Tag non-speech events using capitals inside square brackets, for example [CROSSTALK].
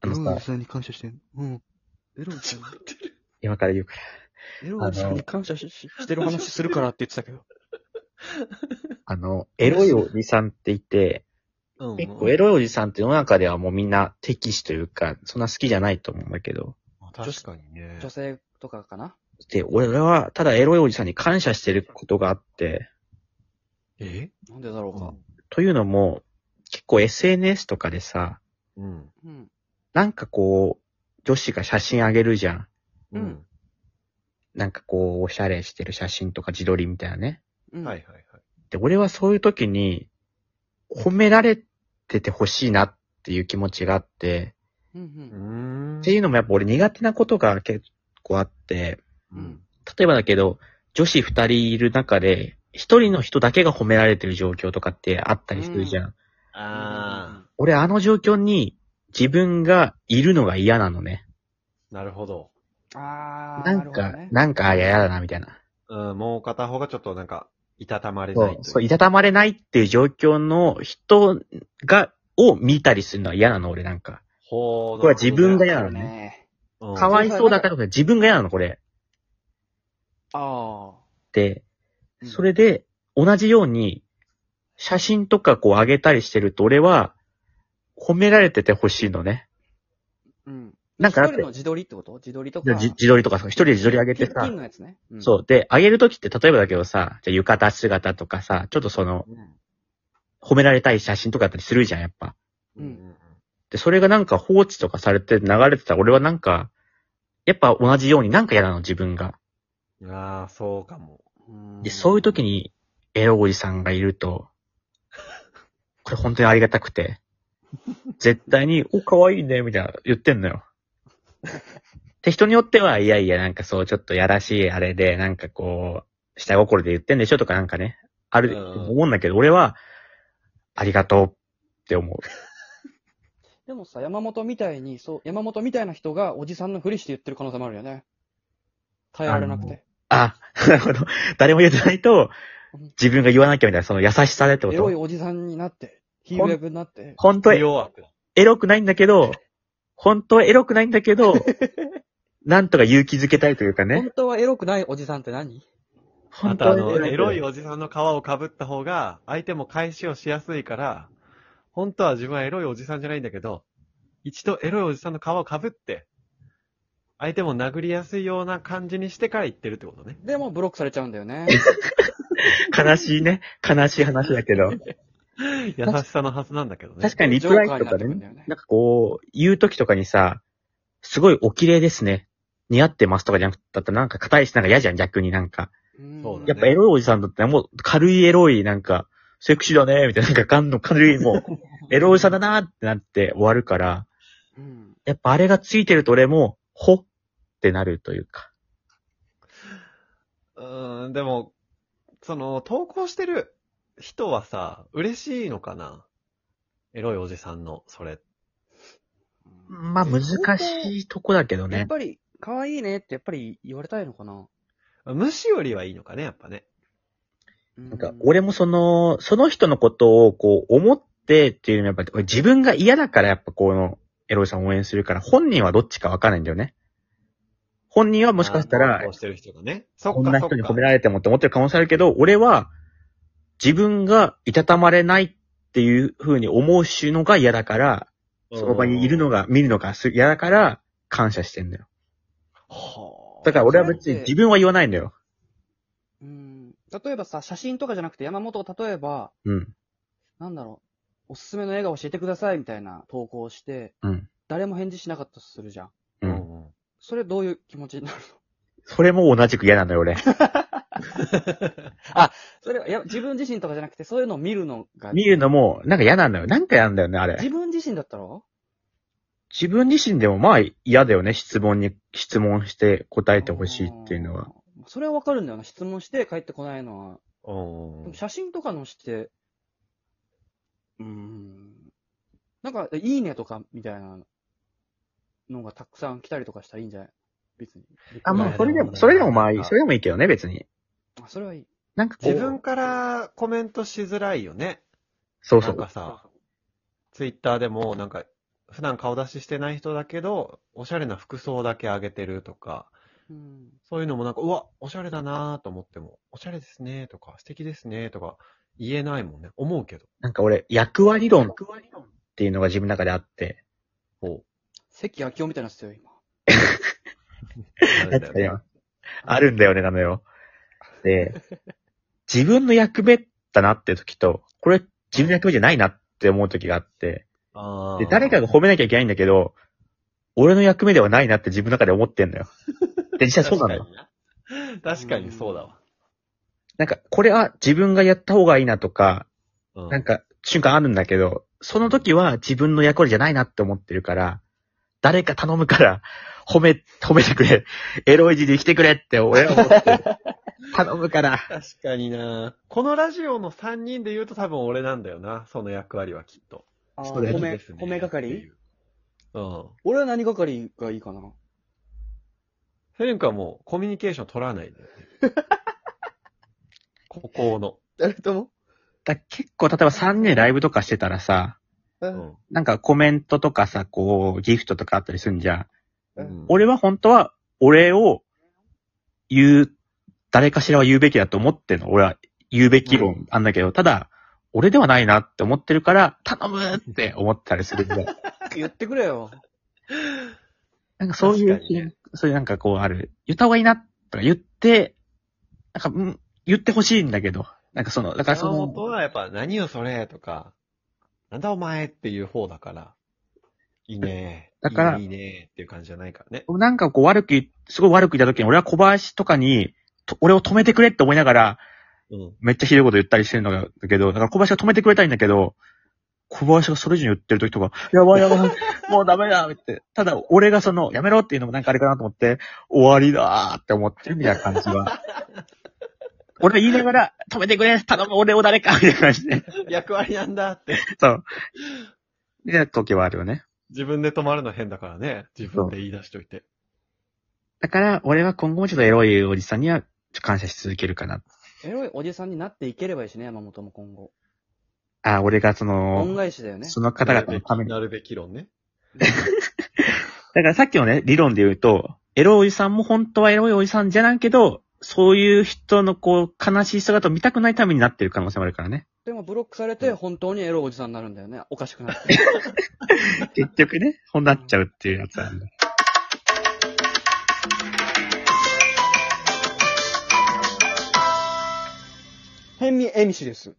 あエロののさ、時代に感謝してん。うん。エロの [LAUGHS] 時代に。今から言うから。エロの時代に感謝しししてる話するからって言ってたけど。あの、エロいおじさんっていて、うん結構エロいおじさんって世の中ではもうみんな敵視というか、そんな好きじゃないと思うんだけど。確かにね。女性とかかなで、俺はただエロいおじさんに感謝してることがあって、えなんでだろうか。というのも、結構 SNS とかでさ、うん。うん。なんかこう、女子が写真あげるじゃん。ううんん。なんかこう、おしゃれしてる写真とか自撮りみたいなね。うん。はいはいはい。で、俺はそういう時に、褒められててほしいなっていう気持ちがあって、うんうん。んっていうのもやっぱ俺苦手なことが結構あって、うん。例えばだけど、女子二人いる中で、一人の人だけが褒められてる状況とかってあったりするじゃん。あ俺あの状況に自分がいるのが嫌なのね。ー、なるほど。あ。あー。なんか、るほどねなんかあ嫌だなみたいな。うん、もう片方がちょっとなんか、いたたまれそないうとい、う。そう、いたたまれないっていう状況の人が、を見たりするのは嫌なの、俺なんか。ほうこれは自分が嫌なのそうだね。ね。うんかわいそうだからとか自分が嫌なの、これ。あで、あ。それで、同じように、写真とかこう上げたりしてると、俺は、褒められててほしいのね。うん。なんかだ一って人の自撮りってこと自撮りとか。自自撮りとかさ、一人で自撮り上げてピンさピン、のやつね。うんそう。で、上げるときって、例えばだけどさ、じゃあ浴衣姿とかさ、ちょっとその、うん。褒められたい写真とかあったりするじゃん、やっぱ。うんうん。で、それがなんか放置とかされて流れてたら、俺はなんか、やっぱ同じようになんか嫌なの、自分が。うんああ、そうかも。うん。で、そういう時に、エロおじさんがいると、 [LAUGHS] これ本当にありがたくて、絶対に、お、可愛いね、みたいな言ってんのよ。で、人によっては、いやいや、なんかそう、ちょっとやらしいあれで、なんかこう、下心で言ってんでしょとかなんかね、ある、うん思うんだけど、俺は、ありがとうって思う。でもさ、山本みたいに、そう、山本みたいな人がおじさんのふりして言ってる可能性もあるよね。耐えられなくて。あ、なるほど。誰も言ってないとうん、自分が言わなきゃみたいな、その優しさでってこエロいと。おじさんになって、ヒール役になって。本当は弱く。エロくないんだけど、本当はエロくないんだけ [LAUGHS] ど、なんとか勇気づけたいというかね本。当はエロくないおじさんって何あ本当とはあの、エロいよ。おじさんの皮を被った方が、相手も返しをしやすいから、本当は自分はエロいおじさんじゃないんだけど、一度エロいおじさんの皮を被って、相手も殴りやすいような感じにしてから言ってるってことね。でもブロックされちゃうんだよね。悲しいね。悲しい話だけど。 [LAUGHS] 優しさのはずなんだけどね。確かにリプライとかジョーカーになってくんだねよね。なんかこう、言う時とかにさ、すごいお綺麗ですね。似合ってますとかじゃなくて、だったらなんか硬いしなんか嫌じゃん、逆になんか。うんそうだねやっぱエロいおじさんだってもう軽いエロい、なんか、セクシーだね、みたいな、なんか感の軽い、もう、 [LAUGHS] エロおじさんだなってなって終わるから、うん。やっぱあれがついてると俺も、ほってなるというか。うーん、でも、その、投稿してる人はさ、嬉しいのかなエロいおじさんの、それ。まあ難しいとこだけどやっね。ぱり、可愛いねってやっぱり言われたいのかな。無視よりはいいのかね、やっぱね。ななんか俺もその、その人のことをこう思ってっていうのはやっぱ俺自分が嫌だからやっぱこのエロいさんを応援するから本人はどっちかわかんないんだよね。本人はもしかした投ら稿、してる人がね。そこっんか、なそっ人にか褒。められてもって思ってる可能性あるけど、俺は自分がいたたまれないっていう風に思うしのが嫌だから、その場にいるのが、見るのがす嫌だから感謝してんだよ。はあだから俺は別に自分は言わないんだよ。うん。例えばさ、写真とかじゃなくて山本、例えば、うん。なんだろう、おすすめの映画教えてくださいみたいな投稿をして、うん誰も返事しなかったとするじゃん。う。うんん。それどういう気持ちになるのそれも同じく嫌なのよ、俺。それはいや、自分自身とかじゃなくて、そういうのを見るのが。見るのも、なんか嫌なんだよ。なんか嫌なんだよね、あれ。自分自身だったろ自分自身でもまあ嫌だよね、質問に、質問して答えてほしいっていうのは。。あーそれはわかるんだよな。質問して帰ってこないのは。うんでも写真とかのして、うーん。なんか、いいねとかみたいなのがたくさん来たりとかしたらいいんじゃない別に。あ、まあうんそれでも、それでもまあいい、それでもいいけどね、別に。あ、それはいい。なんかこ自う、分からコメントしづらいよね。そうそなんうか。さ、ツイッターでも、なんか、普段顔出ししてない人だけど、おしゃれな服装だけ上げてるとか、うん。そういうのもなんか、うわ、おしゃれだなぁと思っても、おしゃれですねとか、素敵ですねとか、言えないもんね。思うけど。なんか俺、役割論っていうのが自分の中であって、ほ関明夫みたいな人よ、今。う。なんか今あるんだよね、なのよ。で、自分の役目だなって時と、これ自分の役目じゃないなって思う時があって、あーで、誰かが褒めなきゃいけないんだけど、俺の役目ではないなって自分の中で思ってん [LAUGHS] のよ。で、実際そうなのよ。確かにな確かにそうだわ。なんか、これは自分がやった方がいいなとか、うなん、か、瞬間あるんだけど、その時は自分の役割じゃないなって思ってるから、誰か頼むから、 [LAUGHS] 褒め、褒めてくれ。エロい字で来てくれって俺は思ってる。頼むから。確かになこのラジオの3人で言うと多分俺なんだよな。その役割はきっと。あそうだー、よ褒ねめ、ですね褒めってい係ううん。俺は何係がいいかなセレン君はもうコミュニケーション取らないんだよね。 [LAUGHS] ここの。誰ともだ結構、例えば3人でライブとかしてたらさ、ううんん。なんかコメントとかさ、こう、ギフトとかあったりすんじゃん。うん。俺は本当は、俺を言う、誰かしらは言うべきだと思ってんの。俺は言うべき論あんだけど、ただ、俺ではないなって思ってるから、頼むって思ったりする [LAUGHS] んだよ。言ってくれよ。なんかそういう、確かにねそういうなんかこうある、言った方がいいなとか言って、なんか、うん、言ってほしいんだけど、なんかその、だからそ山本の、はやっぱ何よそれとか、なんだお前っていう方だから、いいね。だからいいねいいねっていう感じじゃないからね。なんかこう悪く言、すごい悪く言った時に、俺は小林とかに、と俺を止めてくれって思いながら、うん。めっちゃひどいこと言ったりしてるのが、だけど、だから小林が止めてくれたいんだけど、小林がそれ以上に言ってる時とか、やばいやばい、もうダメだって。ただ、俺がその、やめろっていうのもなんかあれかなと思って、終わりだーって思ってるみたいな感じは。俺が言いながら、止めてくれ、頼む、俺を誰か、みたいな感じで。役割なんだって。そう。で、時はあるよね。自分で止まるの変だからね。自分で言い出しといて。だから、俺は今後もちょっとエロいおじさんには、感謝し続けるかな。エロいおじさんになっていければいいしね、山本も今後。あ、俺がそ恩の、返しだよね。その方々のために。なるべき論ね。だからさっきのね、理論で言うと、エロいおじさんも本当はエロいおじさんじゃないけど、そういう人のこう、悲しい姿を見たくないためになってる可能性もあるからね。でもブロックされて本当にエロいおじさんになるんだよね。おかしくなって。結局ね、こうなっちゃうっていうやつなんだ。変味エミシです。